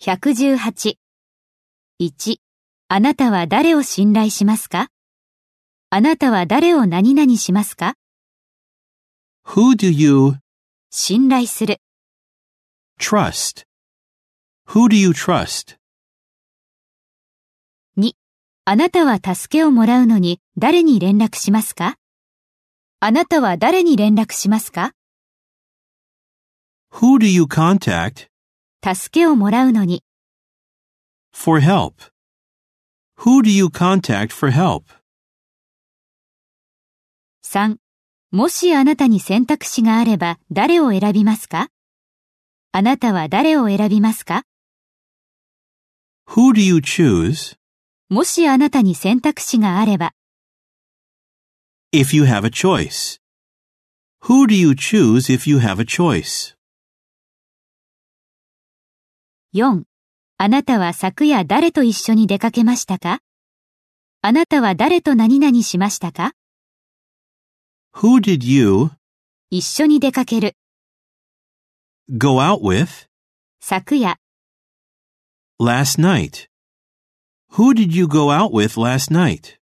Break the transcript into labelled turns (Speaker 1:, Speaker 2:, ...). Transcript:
Speaker 1: 118。1. あなたは誰を信頼しますかあなたは誰を何々しますか
Speaker 2: Who do you
Speaker 1: 信頼する。
Speaker 2: trust? Who do you trust?
Speaker 1: あなたは助けをもらうのに誰に連絡しますかあなたは誰に連絡しますか
Speaker 2: Who do you contact
Speaker 1: 助けをもらうのに。
Speaker 2: for help? Who do you contact for help?
Speaker 1: 3. もしあなたに選択肢があれば誰を選びますかあなたは誰を選びますか
Speaker 2: Who do you choose
Speaker 1: もしあなたに選択肢があれば、
Speaker 2: if you have a choice? Who do you choose if you have a choice?
Speaker 1: 4. あなたは昨夜誰と一緒に出かけましたかあなたは誰と何々しましたか
Speaker 2: Who did you
Speaker 1: 一緒に出かける、
Speaker 2: go out with
Speaker 1: 昨夜、
Speaker 2: last night? Who did you go out with last night?